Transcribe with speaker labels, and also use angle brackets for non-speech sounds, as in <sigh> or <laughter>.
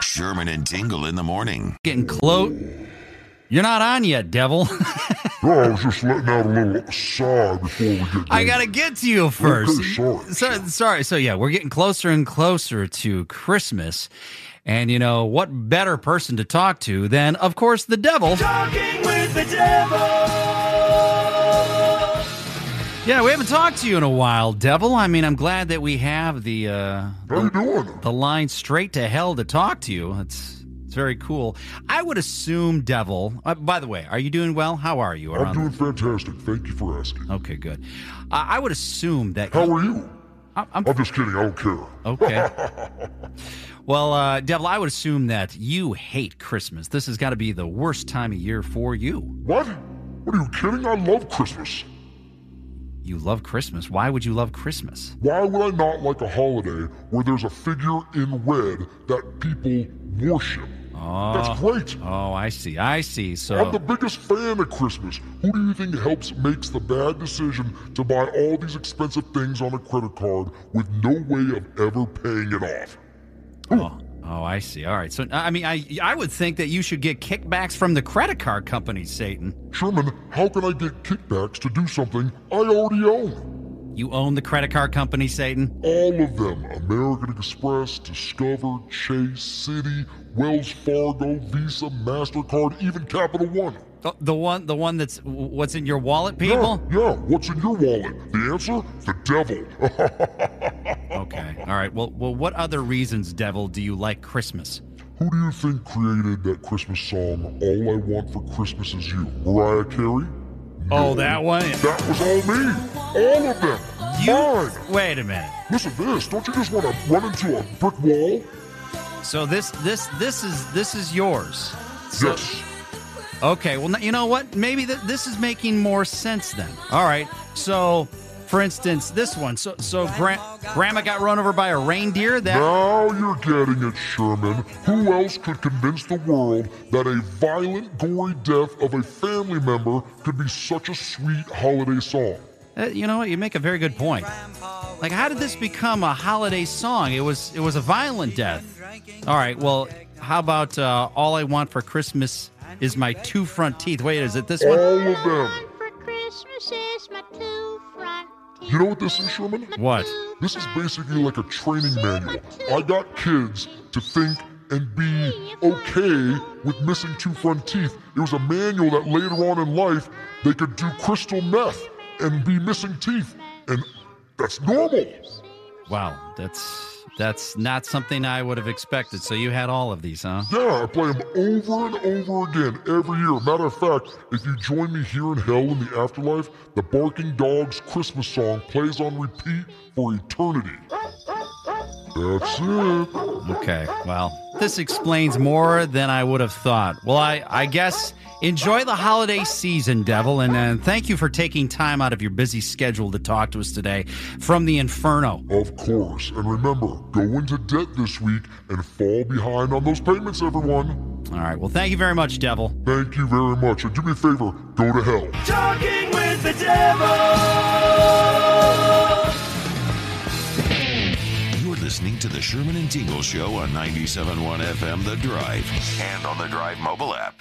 Speaker 1: Sherman and Tingle in the morning.
Speaker 2: Getting clout. You're not on yet, devil. <laughs>
Speaker 3: No, Oh, I was just letting out a little sigh before we get.
Speaker 2: I
Speaker 3: going.
Speaker 2: gotta get to you first.
Speaker 3: Okay, sorry.
Speaker 2: So, sorry. So yeah, we're getting closer and closer to Christmas, and you know what better person to talk to than, of course, the devil.
Speaker 4: Talking with the devil.
Speaker 2: Yeah, we haven't talked to you in a while, devil. I mean, I'm glad that we have the uh,
Speaker 3: How you doing?
Speaker 2: the line straight to hell to talk to you. It's it's very cool. I would assume, devil. Uh, by the way, are you doing well? How are you?
Speaker 3: I'm
Speaker 2: around-
Speaker 3: <laughs> doing fantastic. Thank you for asking.
Speaker 2: Okay, good. I I would assume that.
Speaker 3: <laughs> How are you?
Speaker 2: I- I'm
Speaker 3: I'm just kidding. I don't care.
Speaker 2: Okay. well, uh, Devil, I would assume that you hate Christmas. This has got to be the worst time of year for you.
Speaker 3: What? What are you kidding? I love Christmas.
Speaker 2: You love Christmas. Why would you love Christmas?
Speaker 3: Why would I not like a holiday where there's a figure in red that people worship? That's great.
Speaker 2: Oh, I see. I see. So,
Speaker 3: I'm the biggest fan of Christmas. Who do you think helps makes the bad decision to buy all these expensive things on a credit card with no way of ever paying it off?
Speaker 2: oh, oh, I see. All right. So, I mean, I I would think that you should get kickbacks from the credit card companies, Satan.
Speaker 3: Sherman, how can I get kickbacks to do something I already own?
Speaker 2: You own the credit card company, Satan.
Speaker 3: All of them American Express, Discover, Chase, City, Wells Fargo, Visa, MasterCard, even Capital One.
Speaker 2: The, the one, the one that's what's in your wallet, people.
Speaker 3: Yeah, yeah, what's in your wallet? The answer? The devil.
Speaker 2: <laughs>
Speaker 3: <laughs>
Speaker 2: Okay. All right. Well, well, what other reasons, Devil, do you like Christmas?
Speaker 3: Who do you think created that Christmas song, All I Want for Christmas Is You? Mariah Carey?
Speaker 2: Oh, that one.
Speaker 3: That was all me. All of them. Mine.
Speaker 2: Wait a minute.
Speaker 3: Listen to this. Don't you just want to run into a brick wall?
Speaker 2: So this this this is this is yours. So,
Speaker 3: Yes.
Speaker 2: Okay. Well, n- you know what? Maybe th- this is making more sense then. All right. So, for instance, this one. So so gra- grandma got run over by a reindeer. That
Speaker 3: Now you're getting it, Sherman. Who else could convince the world that a violent, gory death of a family member could be such a sweet holiday song?
Speaker 2: uh, you know what? You make a very good point. Like, how did this become a holiday song? It was it was a violent death. All right. Well, how about uh, all I want for Christmas is my two front teeth? Wait, is it this
Speaker 3: All
Speaker 2: one?
Speaker 3: of them.
Speaker 5: for Christmas is my two front teeth.
Speaker 3: You know what this is, Sherman?
Speaker 2: What?
Speaker 3: This is basically like a training manual. I got kids to think and be okay with missing two front teeth. It was a manual that later on in life they could do crystal meth and be missing teeth. And that's normal.
Speaker 2: Wow, that's that's not something I would have expected. So you had all of these, huh?
Speaker 3: Yeah, I play them over and over again every year. Matter of fact, if you join me here in hell in the afterlife, the Barking Dogs Christmas song plays on repeat for eternity. That's it.
Speaker 2: Okay. Well, this explains more than I would have thought. Well, I I guess enjoy the holiday season, Devil, and uh, thank you for taking time out of your busy schedule to talk to us today from the inferno.
Speaker 3: Of course. And remember, go into debt this week and fall behind on those payments, everyone.
Speaker 2: All right. Well, thank you very much, Devil.
Speaker 3: Thank you very much. And do me a favor go to hell.
Speaker 4: Talking with the devil.
Speaker 1: You're listening to the Sherman and Tingle Show on 97.1 FM The Drive and on the Drive mobile app.